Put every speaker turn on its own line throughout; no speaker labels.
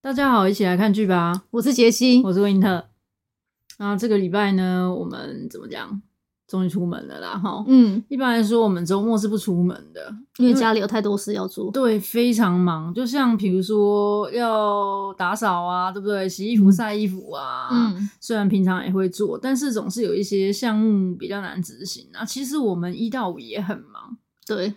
大家好，一起来看剧吧！
我是杰西，
我是温特。那这个礼拜呢，我们怎么讲？终于出门了啦，哈。
嗯，
一般来说，我们周末是不出门的，
因为家里有太多事要做。
对，非常忙。就像比如说要打扫啊，对不对？洗衣服、晒衣服啊。，
嗯，
虽然平常也会做，但是总是有一些项目比较难执行啊。其实我们一到五也很忙，
对，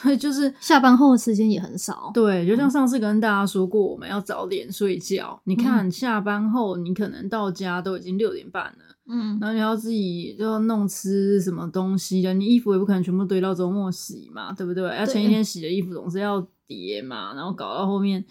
对，就是
下班后的时间也很少。
对，就像上次跟大家说过，我们要早点睡觉。你看，下班后你可能到家都已经六点半了，
嗯，
然后你要自己就要弄吃什么东西的，你衣服也不可能全部堆到周末洗嘛，对不对？而前一天洗的衣服总是要叠嘛，然后搞到后面，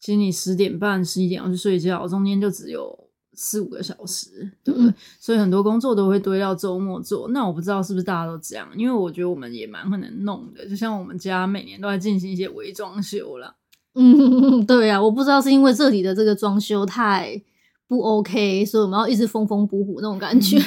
其实你十点半、十一点要去睡觉，中间就只有四五个小时，对不对？
嗯
所以很多工作都会堆到周末做。那我不知道是不是大家都这样，因为我觉得我们也蛮很能弄的，就像我们家每年都在进行一些微装修啦。
嗯， 对呀、我不知道是因为这里的这个装修太不 OK，所以我们要一直缝缝补补那种感觉。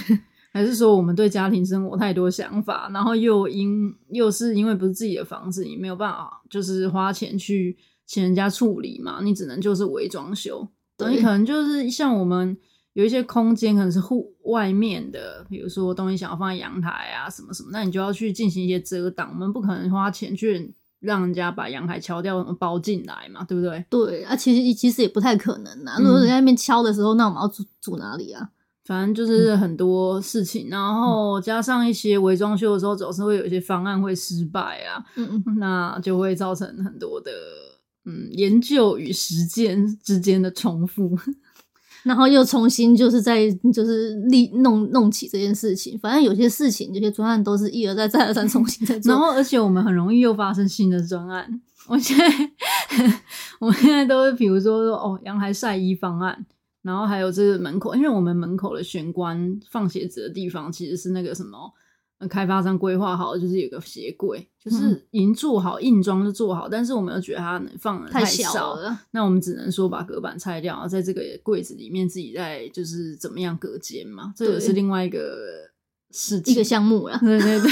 还是说我们对家庭生活太多想法，然后又因又是因为不是自己的房子，你没有办法就是花钱去请人家处理嘛，你只能就是微装修。
对
你可能就是像我们有一些空间可能是户外面的，比如说东西想要放在阳台啊什么什么，那你就要去进行一些遮挡。我们不可能花钱去让人家把阳台敲掉呃包进来嘛，对不对？
对啊，其实其实也不太可能啊。如果人家在那边敲的时候，那我们要住住哪里啊？
反正就是很多事情，然后加上一些伪装修的时候，总是会有一些方案会失败啊，
嗯
那就会造成很多的嗯研究与实践之间的重复。
然后又重新就是在就是立弄弄起这件事情。反正有些事情，有些专案都是一而再再而三重新再做。
然后，而且我们很容易又发生新的专案。我现在 我现在都是比如说哦，阳台晒衣方案，然后还有这个门口，因为我们门口的玄关放鞋子的地方其实是那个什么。呃开发商规划好的就是有个鞋柜，
嗯
就是已经做好硬装就做好，但是我们又觉得它能放的
太
少
小了，
那我们只能说把隔板拆掉，然后在这个柜子里面自己再就是怎么样隔间嘛，这个
对
是另外一个事情。
一个项目啦。
对 对对，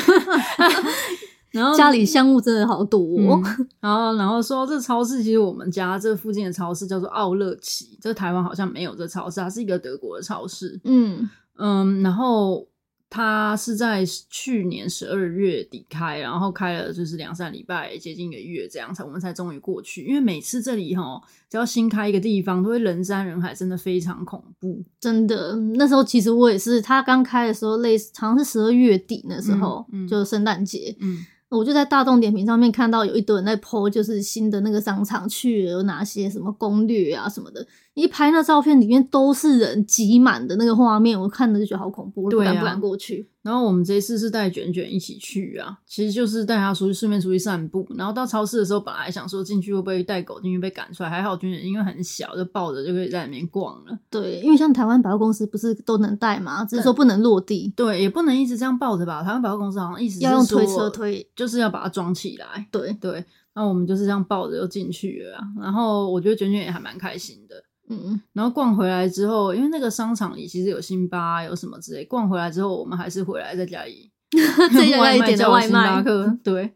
然后
家里项目真的好多哦、
嗯然后然后说到这超市，其实我们家这附近的超市叫做奥乐奇，这台湾好像没有这超市，它是一个德国的超市。
嗯
嗯，然后它是在去年十二月底开，然后开了就是两三礼拜，接近一个月这样才我们才终于过去。因为每次这里哈，只要新开一个地方，都会人山人海，真的非常恐怖。
真的，那时候其实我也是，他刚开的时候，类似好像是十二月底那时候，
嗯嗯
就是圣诞节，
嗯，
我就在大众点评上面看到有一堆人在 PO，就是新的那个商场去了有哪些什么攻略啊什么的，一拍那照片里面都是人挤满的那个画面，我看的就觉得好恐怖，我不
对啊
敢不敢过去。
然后我们这一次是带卷卷一起去啊，其实就是带他出去，顺便出去散步。然后到超市的时候，本来想说进去会不会带狗进去被赶出来，还好卷卷因为很小，就抱着就可以在里面逛了。
对，因为像台湾百货公司不是都能带嘛，只是说不能落地，
对，也不能一直这样抱着吧。台湾百货公司好像意思
要用
是说
推车，推。
就是要把它装起来。
对，
对，那我们就是这样抱着就进去了啊。然后我觉得卷卷也还蛮开心的。
嗯，
然后逛回来之后，因为那个商场里其实有辛巴、啊有什么之类，逛回来之后，我们还是回来在家 里
再 加
外
一
卖
点的
叫
外
星巴
卖，
克，对。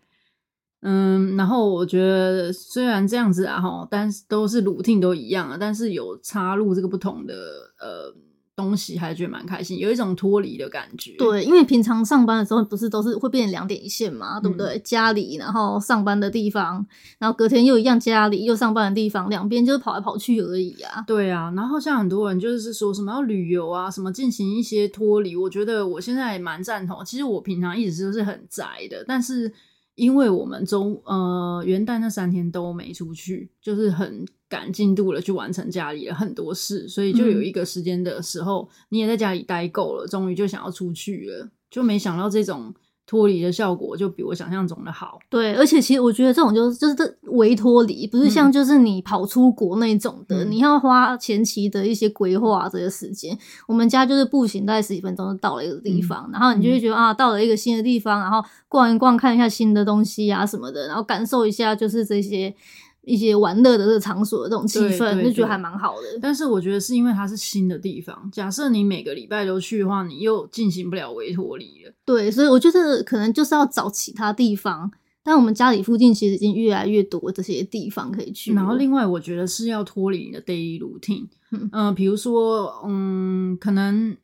嗯，然后我觉得虽然这样子啊哈，但是都是 routine 都一样啊，但是有插入这个不同的呃东西，还觉得蛮开心，有一种脱离的感觉。
对，因为平常上班的时候不是都是会变成两点一线嘛，对不对？家里，然后上班的地方，然后隔天又一样家里又上班的地方，两边就是跑来跑去而已啊。
对啊，然后像很多人就是说什么要旅游啊，什么进行一些脱离，我觉得我现在也蛮赞同。其实我平常一直都是很宅的，但是因为我们周呃元旦那三天都没出去，就是很赶进度了去完成家里的很多事，所以就有
嗯
一个时间的时候，你也在家里待够了，终于就想要出去了，就没想到这种脱离的效果就比我想象中的好。
对，而且其实我觉得这种就是就是这微脱离，不是像
嗯
就是你跑出国那种的，
嗯
你要花前期的一些规划这些时间。我们家就是步行大概十几分钟就到了一个地
嗯
方，然后你就会觉得、啊，到了一个新的地方，然后逛一逛，看一下新的东西啊什么的，然后感受一下就是这些一些玩乐的这个场所的这种气
对
氛，
对
就觉
对
得还蛮好的。
但是我觉得是因为它是新的地方，假设你每个礼拜都去的话，你又进行不了维托里了。
对，所以我觉得可能就是要找其他地方，但我们家里附近其实已经越来越多这些地方可以去了。
然后另外，我觉得是要脱离你的 daily routine，
嗯
嗯、呃，比如说，嗯，可能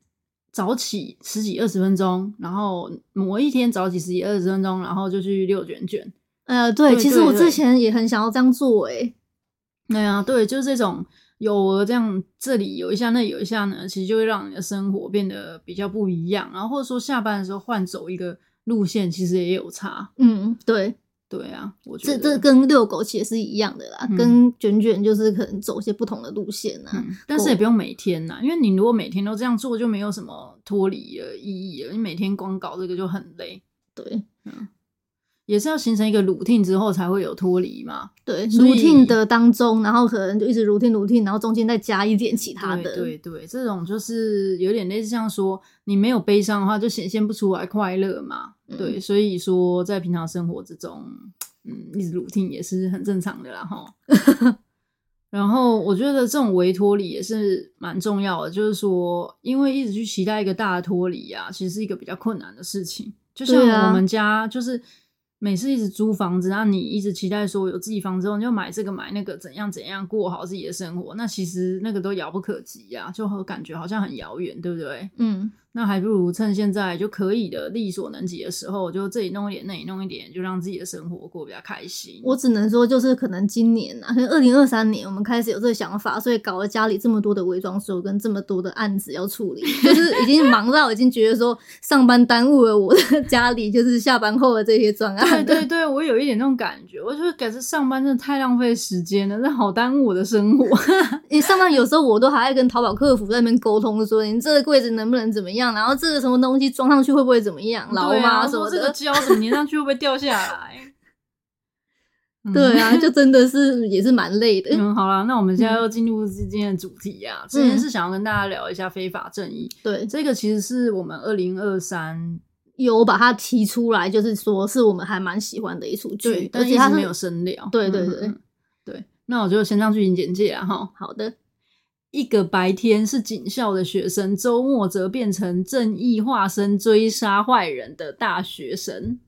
早起十几二十分钟，然后某一天早起十几二十分钟，然后就去六卷卷。
呃，对，
对
其实
对
我之
对
前也很想要这样做、欸，
对啊，对，就是这种有额这样，这里有一下，那里有一下呢，其实就会让你的生活变得比较不一样。然后或者说下班的时候换走一个路线，其实也有差。
嗯，对，
对啊，我觉
这
得
这跟遛狗其实是一样的啦，
嗯
跟卷卷就是可能走一些不同的路线啊。
嗯，但是也不用每天呐，因为你如果每天都这样做，就没有什么脱离的意义了。你每天光搞这个就很累，
对
也是要形成一个 routine 之后才会有脱离嘛。
对
所以
，routine 的当中，然后可能就一直 routine routine，然后中间再加一点其他
对
的。
对对，这种就是有点类似像说，你没有悲伤的话，就显现不出来快乐嘛。
嗯
对，所以说在平常生活之中，嗯，一直 routine 也是很正常的啦哈。然后我觉得这种微脱离也是蛮重要的，就是说，因为一直去期待一个大的脱离啊，其实是一个比较困难的事情。就像
对啊
我们家就是每次一直租房子，那你一直期待说有自己房子后你就买这个买那个，怎样怎样过好自己的生活，那其实那个都遥不可及呀、就好感觉好像很遥远，对不对？
嗯，
那还不如趁现在就可以的力所能及的时候，就这里弄一点，那里弄一点，就让自己的生活过得比较开心。
我只能说就是可能今年啊，可能二零二三年我们开始有这个想法，所以搞了家里这么多的伪装修跟这么多的案子要处理， 就是已经忙到已经觉得说上班耽误了我的家里，就是下班后的这些专案
对
的。
对对，我有一点那种感觉，我就感觉上班真的太浪费时间了，那好耽误我的生 活。
你上班有时候我都还在跟淘宝客服在那边沟通，说你这个柜子能不能怎么样，然后这个什么东西装上去会不会怎么样，老
对
妈
啊，
什
说
么
这
的
个。胶怎么粘上去会不会掉下 来？嗯
对啊，就真的是也是蛮累的。
嗯，好啦，那我们现在要进入今天的主题啊。今
嗯
天是想要跟大家聊一下非法正义，
对，
这个其实是我们二零二三
有把它提出来，就是说是我们还蛮喜欢的一出剧，而
但
且
一
它
直
是
没有深聊。
对对对
嗯嗯对，那我就先上剧情简介啊哈。
好的，
一个白天是警校的学生，周末则变成正义化身追杀坏人的大学生。
嗯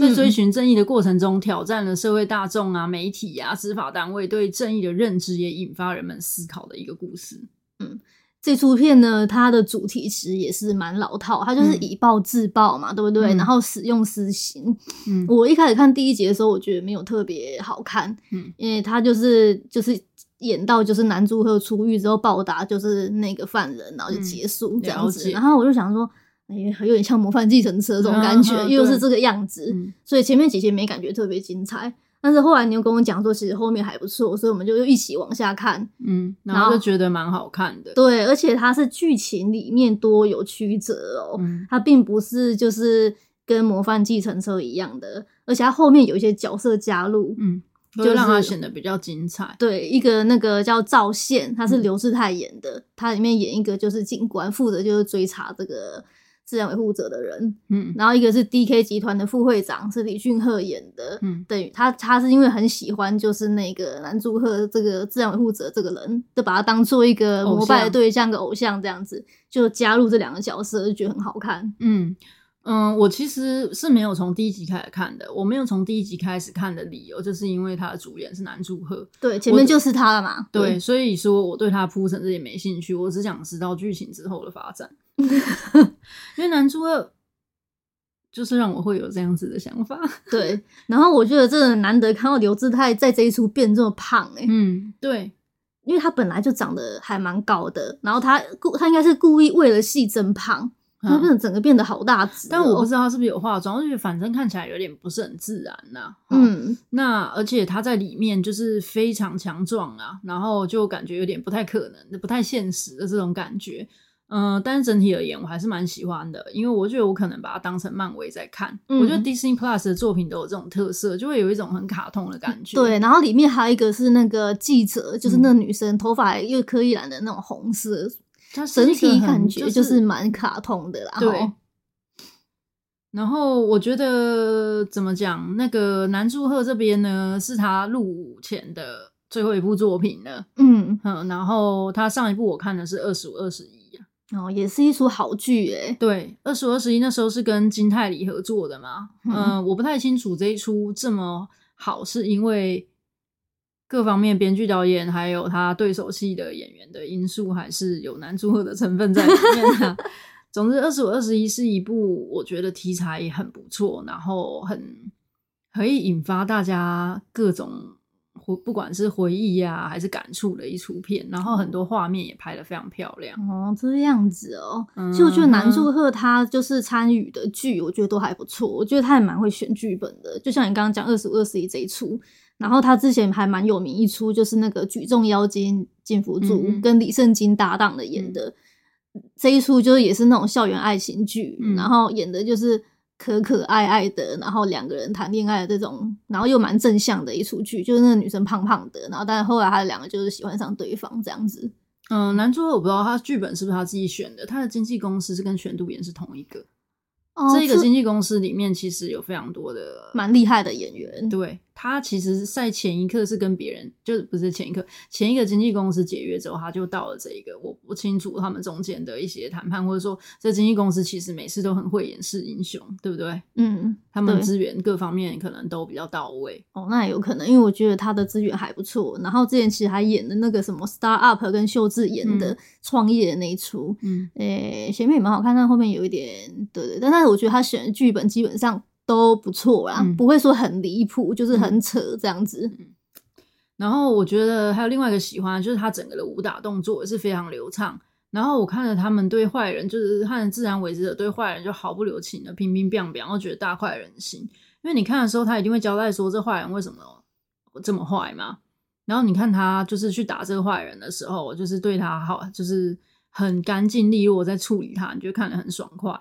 在追寻正义的过程中，挑战了社会大众啊、媒体啊、执法单位对正义的认知，也引发人们思考的一个故事。
这出片呢，它的主题其实也是蛮老套，它就是
嗯
以暴制暴嘛，对不对？
嗯
然后使用私刑。
嗯
我一开始看第一集的时候，我觉得没有特别好看，
嗯
因为他就是就是演到就是男主角出狱之后报答就是那个犯人，然后就结束这样
嗯了
子。
解
然后我就想说，哎，有点像《模范计程车》这种感觉，
嗯嗯
又是
对
这个样子。
嗯
所以前面几集没感觉特别精彩，但是后来你又跟我讲说，其实后面还不错，所以我们就又一起往下看。
嗯，然
然
后
后
就觉得蛮好看的。
对，而且它是剧情里面多有曲折哦，
嗯
它并不是就是跟《模范计程车》一样的，而且它后面有一些角色加入。
嗯，
就
就让它
是
显得比较精彩。
对，一个那个叫赵宪，他是
嗯
刘志泰演的，他里面演一个就是警官，负责就是追查这个自然维护者的人，
嗯
然后一个是 DK 集团的副会长，是李俊赫演的，
嗯
等于他他是因为很喜欢就是那个男主赫这个自然维护者这个人，就把他当做一个
偶
膜拜的
像
对象、个偶像这样子，就加入这两个角色，就觉得很好看。
嗯嗯，我其实是没有从第一集开始看的。我没有从第一集开始看的理由，就是因为他的主演是南柱赫。
对，前
我
面
的
就是他了嘛。
对，，所以说我对他铺陈这也没兴趣，我只想知道剧情之后的发 展。因为男主二就是让我会有这样子的想 法。
对，然后我觉得真的难得看到刘志泰在这一出变这么胖哎、
嗯，对，
因为他本来就长得还蛮高的，然后他故他应该是故意为了戏增胖，他
嗯
变得整个变得好大只哦、
但我不知道他是不是有化妆，我就觉得反正看起来有点不是很自然呐、嗯，
嗯，
那而且他在里面就是非常强壮啊，然后就感觉有点不太可能、不太现实的这种感觉。嗯、但是整体而言，我还是蛮喜欢的，因为我觉得我可能把它当成漫威在看。
嗯
我觉得 Disney Plus 的作品都有这种特色，就会有一种很卡通的感觉。
嗯对，，然后里面还有一个是那个记者，就是那个女生、头发又可以染的那种红色，
它嗯是
整
一个
体
很
感觉
就
就是蛮卡通的啦。哦
对
吼。
然后我觉得怎么讲，那个南柱赫这边呢，是他入伍前的最后一部作品了。
嗯，
嗯，然后他上一部我看的是二十五、二十一
然哦后也是一出好剧诶、
对，二十二十一那时候是跟金泰梨合作的嘛，
嗯
嗯、我不太清楚这一出这么好是因为各方面编剧、导演还有他对手戏的演员的因素，还是有男主角的成分在里面 啊。总之，二十五、二十一是一部我觉得题材也很不错，然后很可以引发大家各种回，不管是回忆呀、还是感触的一出片，然后很多画面也拍得非常漂亮。
哦，这样子哦。其实我觉得南
嗯
柱赫他就是参与的剧，我觉得都还不错。我觉得他也蛮会选剧本的，就像你刚刚讲《二十五二十一》这一出，然后他之前还蛮有名一出，就是那个举重妖精金福柱
嗯嗯嗯
跟李圣经搭档的演的、这一出，就是也是那种校园爱情剧，
嗯
然后演的就是。可可爱爱的，然后两个人谈恋爱的这种，然后又蛮正向的一出剧，就是那个女生胖胖的，然后但是后来他两个就是喜欢上对方这样子。
嗯，男主角我不知道他剧本是不是他自己选的，他的经纪公司是跟玄度妍是同一个。
哦
这个经纪公司里面其实有非常多的，
蛮厉害的演员。
对他其实在前一刻是跟别人，就是不是前一刻，前一个经纪公司解约之后，他就到了这一个，我不清楚他们中间的一些谈判，或者说这经纪公司其实每次都很会掩饰英雄，对不对？
嗯，
他们
对
资源各方面可能都比较到位。
哦，那也有可能，因为我觉得他的资源还不错。然后之前其实还演的那个什么《Star Up》跟秀智演的
嗯
《创业》的那一出，
嗯，
诶、前面也蛮好看，但后面有一点，对对。但是我觉得他选的剧本基本上都不错啦，
嗯
不会说很离谱，就是很扯这样子。
然后我觉得还有另外一个喜欢，就是他整个的武打动作也是非常流畅。然后我看着他们对坏人，就是和自然为之者对坏人就毫不留情的乒乒乓乓，我觉得大快人心。因为你看的时候，他一定会交代说这坏人为什么这么坏嘛。然后你看他就是去打这个坏人的时候，就是对他好，就是很干净利落在处理他，你就看得很爽快。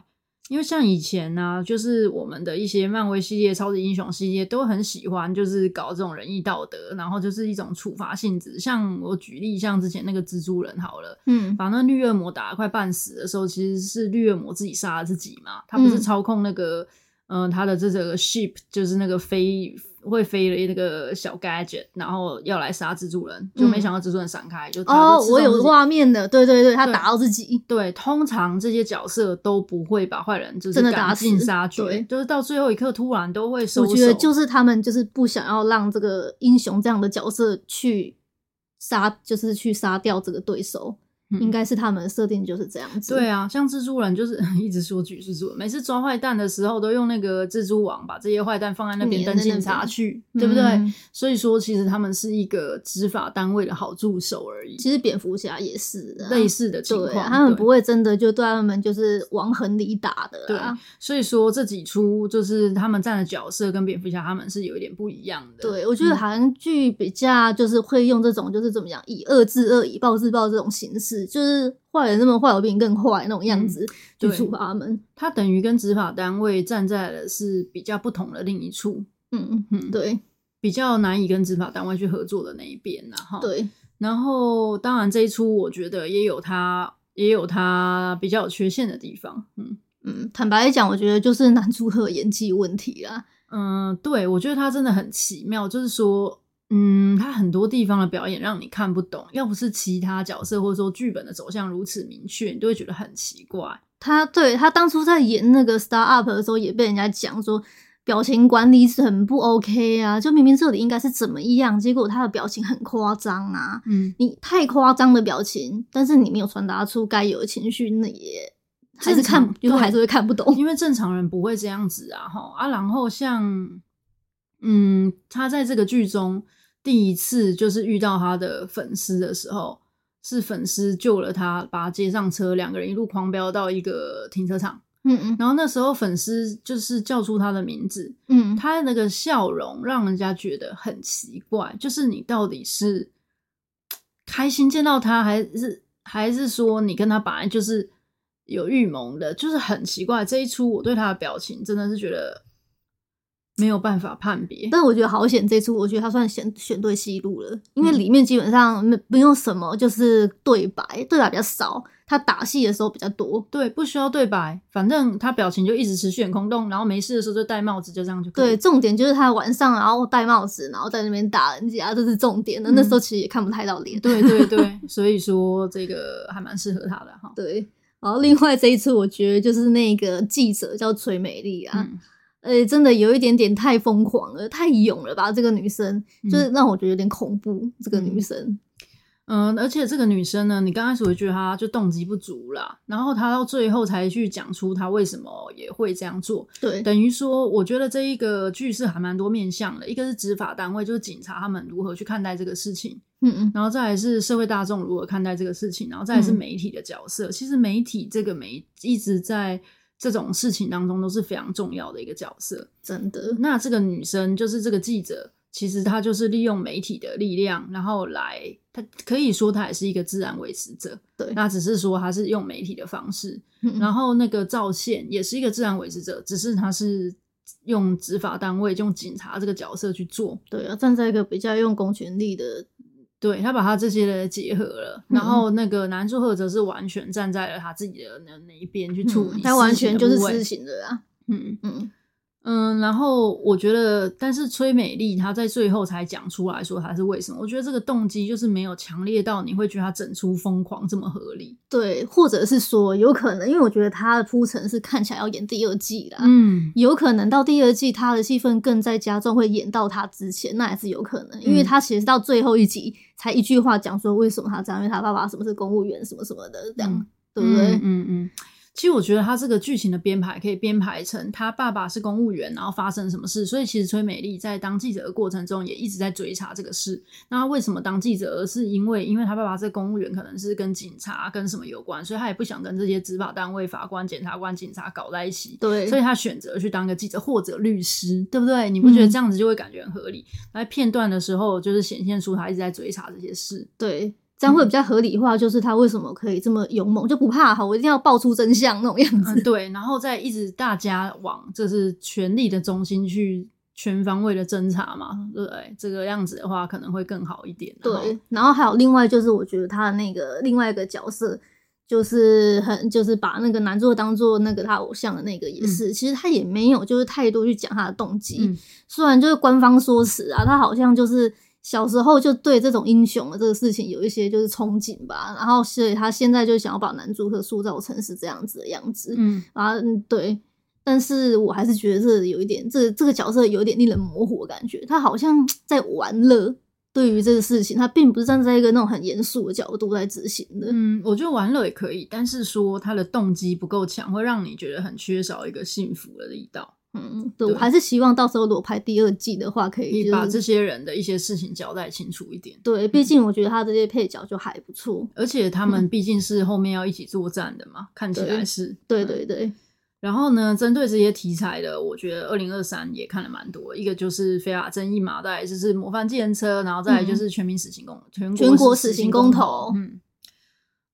因为像以前呢、就是我们的一些漫威系列、超级英雄系列都很喜欢，就是搞这种仁义道德，然后就是一种处罚性质。像我举例，像之前那个蜘蛛人好了，
嗯，
把那绿恶魔打得快半死的时候，其实是绿恶魔自己杀了自己嘛。他不是
嗯
操控那个，嗯、他的这个 ship 就是那个飞会飞的那个小 gadget，然后要来杀蜘蛛人，就没
嗯
想到蜘蛛人闪开，就他
哦
就自，动
我
自
有
己
画面的，对对对，他
对
打到自己，
对，通常这些角色都不会把坏人就是
真的打
赶
死
尽杀
对
绝，就是到最后一刻突然都会收
我
手。
觉得就是他们就是不想要让这个英雄这样的角色去杀，就是去杀掉这个对手，
嗯
应该是他们的设定就是这样子。
对啊，像蜘蛛人就是 一直说举蜘蛛人，每次抓坏蛋的时候都用那个蜘蛛网把这些坏蛋放在那边
粘
等
在那
警察
边
去，
嗯，
对不对？所以说，其实他们是一个执法单位的好助手而已，
其实蝙蝠侠也是、啊、
类似的情
对
况，
啊，他们
对
不会真的就对他们就是往狠里打的
对
啦。，
所以说这几出就是他们站的角色跟蝙蝠侠他们是有一点不一样的。
对，我觉得
嗯
韩剧比较就是会用这种就是怎么讲，以恶制恶，以暴制暴这种形式，就是坏人那么坏，我比你更坏那种样
嗯
子、去
对
处罚他们。
他等于跟执法单位站在的是比较不同的另一处，
嗯，
嗯，，
对
比较难以跟执法单位去合作的那一边然后，哈
对，
然后当然这一出我觉得也有它也有它比较有缺陷的地方，嗯
嗯，坦白讲，我觉得就是男主和演技问题啦。
嗯，对我觉得它真的很奇妙，就是说。嗯，他很多地方的表演让你看不懂，要不是其他角色或者说剧本的走向如此明确，你都会觉得很奇怪。
他对他当初在演那个《Star Up》的时候，也被人家讲说表情管理很不 OK 啊，就明明这里应该是怎么样，结果他的表情很夸张啊。
嗯，
你太夸张的表情，但是你没有传达出该有的情绪，那也还
正
是
常
看，就是
对
还是会看不懂。
因为正常人不会这样子啊，哈啊，然后像，嗯，他在这个剧中第一次就是遇到他的粉丝的时候，是粉丝救了他，把他接上车，两个人一路狂飙到一个停车场，
嗯嗯
然后那时候粉丝就是叫出他的名字，
嗯，
他那个笑容让人家觉得很奇怪，就是你到底是开心见到他，还是还是说你跟他本来就是有预谋的，就是很奇怪。这一出我对他的表情真的是觉得没有办法判别。
但我觉得好险，这出我觉得他算选选对戏路了，因
嗯
为里面基本上没不用什么，就是对白，对白比较少，他打戏的时候比较多。
对，不需要对白，反正他表情就一直持续很空洞，然后没事的时候就戴帽子，就这样就可以
对，。重点就是他晚上然后戴帽子，然后在那边打人家，这是重点的。那
嗯
时候其实也看不太到脸。
对对对，所以说这个还蛮适合他的哈。
对，然后另外这一次，我觉得就是那个记者叫崔美丽啊，
嗯
呃，真的有一点点太疯狂了，太勇了吧？这个女生、就是让我觉得有点恐怖。这个女生，
嗯，而且这个女生呢，你刚开始会觉得她就动机不足啦，然后她到最后才去讲出她为什么也会这样做，
对
等于说，我觉得这一个剧是还蛮多面向的，一个是执法单位，就是警察他们如何去看待这个事情，
嗯嗯，
然后再来是社会大众如何看待这个事情，然后再来是
嗯
媒体的角色。其实媒体这个媒一直在这种事情当中都是非常重要的一个角色。
真的，
那这个女生就是这个记者，其实她就是利用媒体的力量，然后来，她可以说她也是一个自然维持者，
对
那只是说她是用媒体的方式，
嗯
然后那个赵宪也是一个自然维持者，只是他是用执法单位、用警察这个角色去做，
对啊，站在一个比较用公权力的，
对他把他这些的结合了，
嗯
然后那个男主赫则是完全站在了他自己的那那一边去处理、
嗯她完全就是
事情
私刑的啊，
的部位，嗯
嗯，
嗯，然后我觉得，但是崔美丽她在最后才讲出来说她是为什么，我觉得这个动机就是没有强烈到你会觉得她整出疯狂这么合理，
对，或者是说有可能，因为我觉得她的铺陈是看起来要演第二季啦，
嗯
有可能到第二季，他的戏份更在加重，会演到他之前，那也是有可能，因
嗯
为他其实到最后一集才一句话讲说为什么他这样，因为他爸爸什么是公务员，什么什么的，这样、
嗯
对不对？
嗯嗯嗯。其实我觉得他这个剧情的编排可以编排成他爸爸是公务员，然后发生什么事。所以其实崔美丽在当记者的过程中也一直在追查这个事。那他为什么当记者？而是因为因为他爸爸是公务员，可能是跟警察跟什么有关，所以他也不想跟这些执法单位、法官、检察官、警察搞在一起。
对，
所以他选择去当个记者或者律师，对不对？你不觉得
嗯
这样子就会感觉很合理？在片段的时候，就是显现出他一直在追查这些事。
对，这样会
嗯
比较合理化，就是他为什么可以这么勇猛，就不怕哈，我一定要爆出真相那种样子。
嗯，对，然后再一直大家往就是权力的中心去全方位的侦查嘛，对不对？这个样子的话可能会更好一点。啊然后
嗯对，，然后还有另外就是，我觉得他的那个另外一个角色，就是很就是把那个男作当做那个他偶像的那个也是，其实他也没有就是太多去讲他的动机，
嗯
虽然就是官方说辞啊，他好像就是。小时候就对这种英雄的这个事情有一些就是憧憬吧，然后所以他现在就想要把男主角塑造成是这样子的样子，
嗯，
啊，嗯，对。但是我还是觉得这有一点，这这个角色有一点令人模糊的感觉，他好像在玩乐。对于这个事情，他并不是站在一个那种很严肃的角度在执行的。
嗯，我觉得玩乐也可以，但是说他的动机不够强，会让你觉得很缺少一个幸福的力道。
嗯，对
对
我还是希望到时候如果拍第二季的话，可以
你
就
把
是
这些人的一些事情交代清楚一点，
对，毕竟我觉得他这些配角就还不错。
而且他们毕竟是后面要一起作战的嘛，看起来
嗯对
是
对
嗯
对对，
然后呢，针对这些题材的，我觉得二零二三也看了蛮多。一个就是非法争议嘛，再来就是模范计程车，然后再来就是全民死刑公、全
嗯全国
死
死
刑
刑
公
公
投
投。
嗯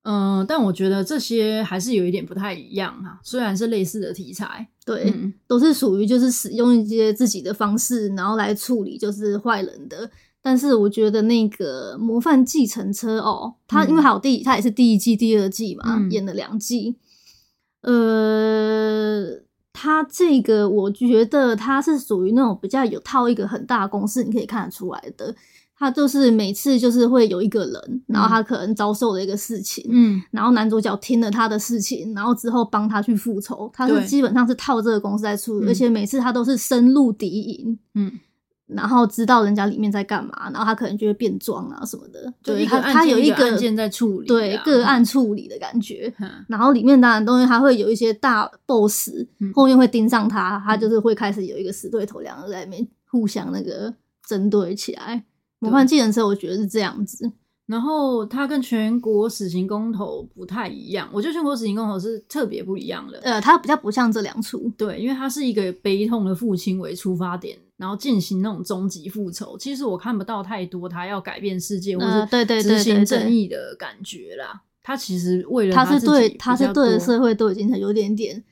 嗯、呃但我觉得这些还是有一点不太一样啊，虽然是类似的题材。
对，
嗯
都是属于就是使用一些自己的方式，然后来处理就是坏人的。但是我觉得那个《模范计程车》哦，它
嗯
因为还有第它也是第一季、第二季嘛，
嗯
演了两季。呃，它这个我觉得它是属于那种比较有套一个很大的公式，你可以看得出来的。它就是每次就是会有一个人，然后他可能遭受了一个事情，
嗯
然后男主角听了他的事情，然后之后帮他去复仇，他
对
是基本上是套这个公司在处理，
嗯
而且每次他都是深入敌营，
嗯，
然后知道人家里面在干嘛，然后他可能就会变装啊什么的，
就
对
一个
他
案
他
件
有
一个
个
案件在处理
对
啊
个案处理的感觉。
嗯
然后里面当然东西还会有一些大 boss，、
嗯
后面会盯上他，他就是会开始有一个死对头，两个在里面互相那个针对起来。模范技能车我觉得是这样子，
然后它跟全国死刑公投不太一样，我觉得全国死刑公投是特别不一样的。
呃，它比较不像这两出，
对，因为它是一个悲痛的父亲为出发点，然后进行那种终极复仇。其实我看不到太多他要改变世界或
呃
是
对对对
执
对
行
对
正义的感觉啦。他其实为了
他
自
是
己
对
比
他是
较
对
多
着社会都已经有点点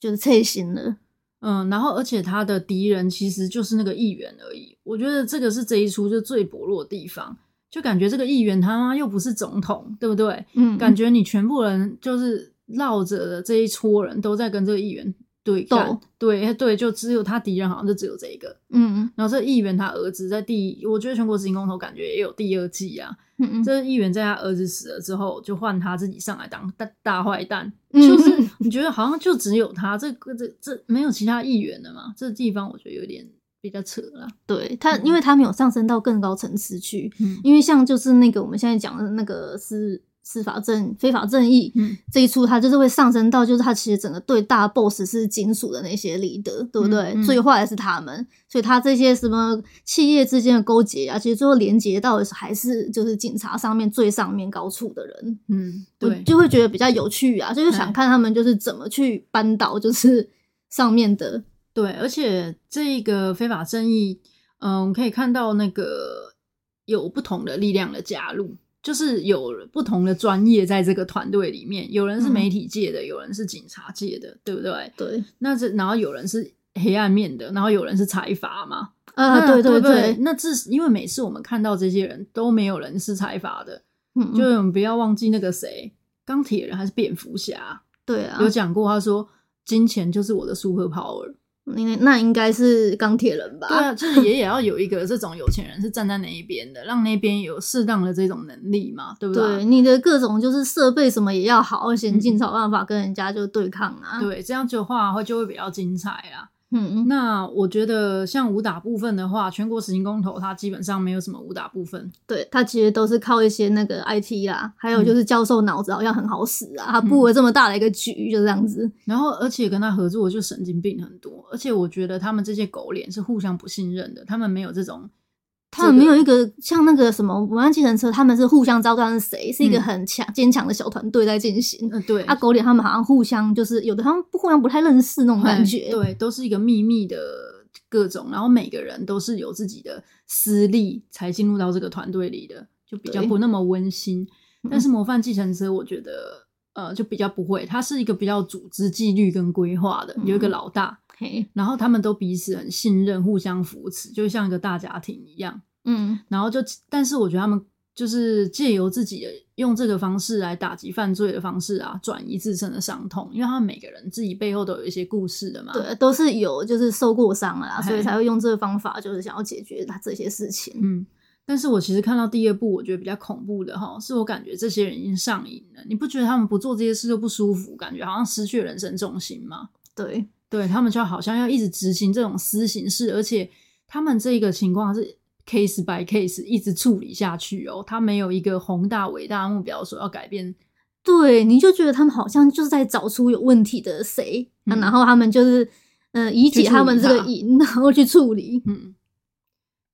就是脆心了，
嗯，然后而且他的敌人其实就是那个议员而已。我觉得这个是这一出就最薄弱的地方，就感觉这个议员他妈又不是总统，对不对？
嗯，
感觉你全部人就是绕着的这一撮人都在跟这个议员对
斗
干对对，就只有他敌人好像就只有这一个。
嗯
然后这议员他儿子在第，我觉得全国执行公投感觉也有第二季啊。
嗯嗯，
这议员在他儿子死了之后，就换他自己上来当大大坏蛋，
嗯
就是你觉得好像就只有他这个这这没有其他议员了嘛？这地方我觉得有点比较扯了。
对他，
嗯
因为他没有上升到更高层次去，
嗯
因为像就是那个我们现在讲的那个司司法正非法正义，
嗯
这一出，他就是会上升到，就是他其实整个对大 boss 是金属的那些 leader，对不对？
嗯嗯
最坏的是他们，所以他这些什么企业之间的勾结啊，其实最后连接到的是还是就是警察上面最上面高处的人，
嗯，
我
对，
就会觉得比较有趣啊，就是想
对
看他们就是怎么去扳倒，就是 上面的，
对，而且这个非法正义，嗯，我们可以看到那个有不同的力量的加入，就是有不同的专业在这个团队里面，有人是
嗯
媒体界的，有人是警察界的，对不对？
对，
那这然后有人是黑暗面的，然后有人是财阀嘛，
啊，
那
对
对
对
不
对，
那至因为每次我们看到这些人都没有人是财阀的，
嗯，
就
嗯
是我们不要忘记那个谁，钢铁人还是蝙蝠侠
对啊
有，讲过，他说金钱就是我的 super power。
那那应该是钢铁人吧？
对啊，就是也也要有一个这种有钱人是站在那一边的，让那边有适当的这种能力嘛，对不
对，？啊你的各种就是设备什么也要好，先进才有办法跟人家就对抗啊。，
对，这样子的话会就会比较精彩啦。
嗯，
那我觉得像武打部分的话，全国实行公投它基本上没有什么武打部分，
对，他其实都是靠一些那个 IT 啦，还有就是教授脑子好像很好使啊，他布了这么大的一个局，就这样子。
然后而且跟他合作就神经病很多，而且我觉得他们这些狗脸是互相不信任的，他们没有这种
他们没有一个像那个什么文案计程车，他们是互相知道他是谁，是一个
嗯
很强坚强的小团队在进行。
呃对
啊，狗脸他们好像互相就是有的，他们不互相不太认识那种感觉。
哎对，都是一个秘密的各种，然后每个人都是有自己的私利才进入到这个团队里的，就比较
对
不那么温馨。
嗯
但是《模范继承车》，我觉得呃就比较不会，它是一个比较组织纪律跟规划的，有一个
嗯
老大，
嘿，
然后他们都彼此很信任，互相扶持，就像一个大家庭一样。
嗯，
然后就，但是我觉得他们就是借由自己的用这个方式来打击犯罪的方式啊，转移自身的伤痛，因为他们每个人自己背后都有一些故事的嘛。
对，都是有就是受过伤了啦，所以
嘿
才会用这个方法，就是想要解决他这些事情。
嗯，但是我其实看到第二部，我觉得比较恐怖的哈，是我感觉这些人已经上瘾了。你不觉得他们不做这些事就不舒服，感觉好像失去人生重心吗？
对，
对他们就好像要一直执行这种私刑事，而且他们这个情况是 case by case 一直处理下去哦，他没有一个宏大伟大的目标说要改变。
对，你就觉得他们好像就是在找出有问题的谁，啊
嗯
然后他们就是呃以
去
解
处
他们
理
这个
它
瘾，然后去处理。
嗯，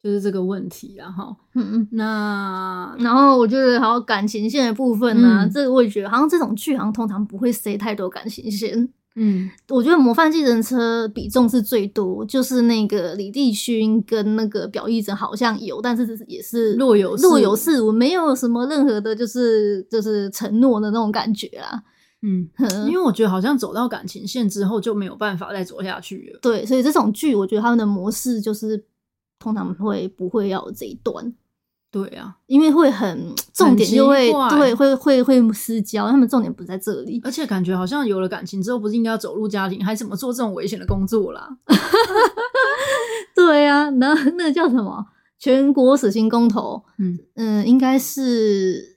就是这个问题啦哈。
嗯
那
嗯。然后我觉得还有感情线的部分呢、啊
嗯
这个我也觉得好像这种剧好像通常不会塞太多感情线。
嗯
我觉得《模范计程车》比重是最多，就是那个李帝勋跟那个表义珍好像有，但是也是
若有
嗯若
似
有
无
似无，没有什么任何的，就是就是承诺的那种感觉啦。
嗯，
哼
因为我觉得好像走到感情线之后就没有办法再走下去了。
对，所以这种剧，我觉得他们的模式就是通常会不会要有这一段，
对啊，
因为会很重点
奇
就会
怪
对会会会失焦，他们重点不在这里。
而且感觉好像有了感情之后，不是应该要走入家庭，还怎么做这种危险的工作啦？
对啊，然后那个叫什么全国死刑公投，
嗯，
嗯，应该是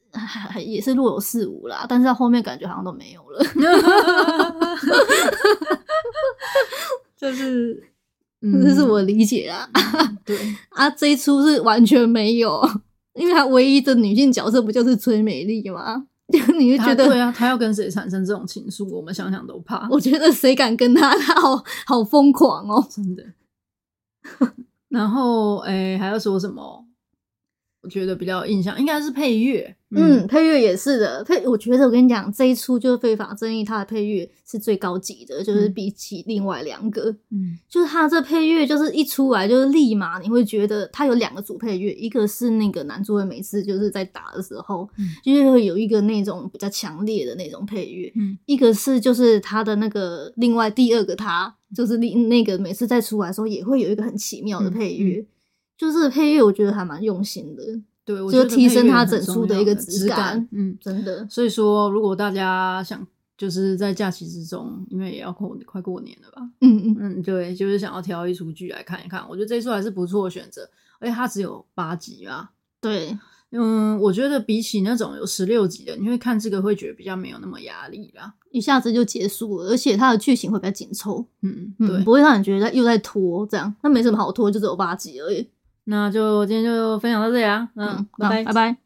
也是若有似无啦，但是到后面感觉好像都没有了。
就是，嗯，
这是我理解啦，
对，
啊，这一出是完全没有，因为他唯一的女性角色不就是崔美丽吗？ 就你就
他
觉得
对啊，他要跟谁产生这种情愫，我们想想都怕，
我觉得谁敢跟他，他好好疯狂哦。
真的。然后，哎、还要说什么？我觉得比较有印象应该是配乐，
嗯，，配乐也是的，配我觉得我跟你讲，这一出就是《非法正义》，它的配乐是最高级的，就是
嗯
比起另外两个，
嗯
就是它这配乐就是一出来就是立马你会觉得它有两个主配乐，一个是那个男主角每次就是在打的时候，
嗯
就是会有一个那种比较强烈的那种配乐，
嗯
一个是就是他的那个另外第二个他，就是另那个每次再出来的时候也会有一个很奇
嗯
妙的配乐，就是配乐我觉得还蛮用心的，
对，我
就
觉得
提升
配乐
它
很
整
重
出的
要
一个
质
质感
嗯。
真的。
所以说，如果大家想就是在假期之中，因为也要过快过年了吧，
嗯嗯，
嗯，对，就是想要挑一出剧来看一看。我觉得这一出还是不错的选择，而且它只有八集啊。
对，
嗯，我觉得比起那种有十六集的，你会看这个会觉得比较没有那么压力啦。
一下子就结束了，而且它的剧情会比较紧凑，
嗯，对。
嗯，不会让你觉得又在拖这样，那没什么好拖，就只有八集而已。
那就今天就分享到这里啊。嗯，
嗯，
拜
好
拜
拜。拜。